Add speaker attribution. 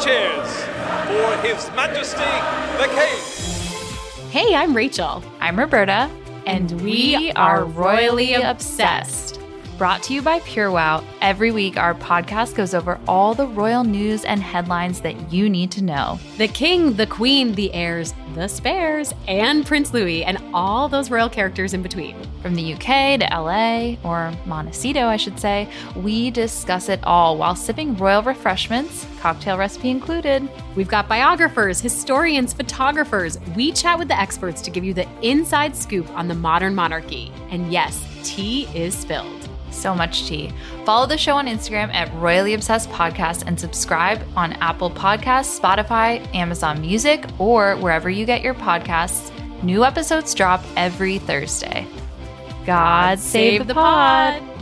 Speaker 1: cheers for His Majesty the King.
Speaker 2: Hey, I'm Rachel,
Speaker 3: I'm Roberta, and we, are royally obsessed. Brought to you by PureWow, every week our podcast goes over all the royal news and headlines that you need to know.
Speaker 2: the king, the queen, the heirs, the spares, and Prince Louis, and all those royal characters in between.
Speaker 3: From the UK to LA, or Montecito, I should say, we discuss it all while sipping royal refreshments, cocktail recipe included.
Speaker 2: We've got biographers, historians, photographers. We chat with the experts to give you the inside scoop on the modern monarchy. And yes, tea is spilled.
Speaker 3: So much tea. Follow the show on Instagram at Royally Obsessed Podcast and subscribe on Apple Podcasts, Spotify, Amazon Music, or wherever you get your podcasts. New episodes drop every Thursday. God, save, the pod.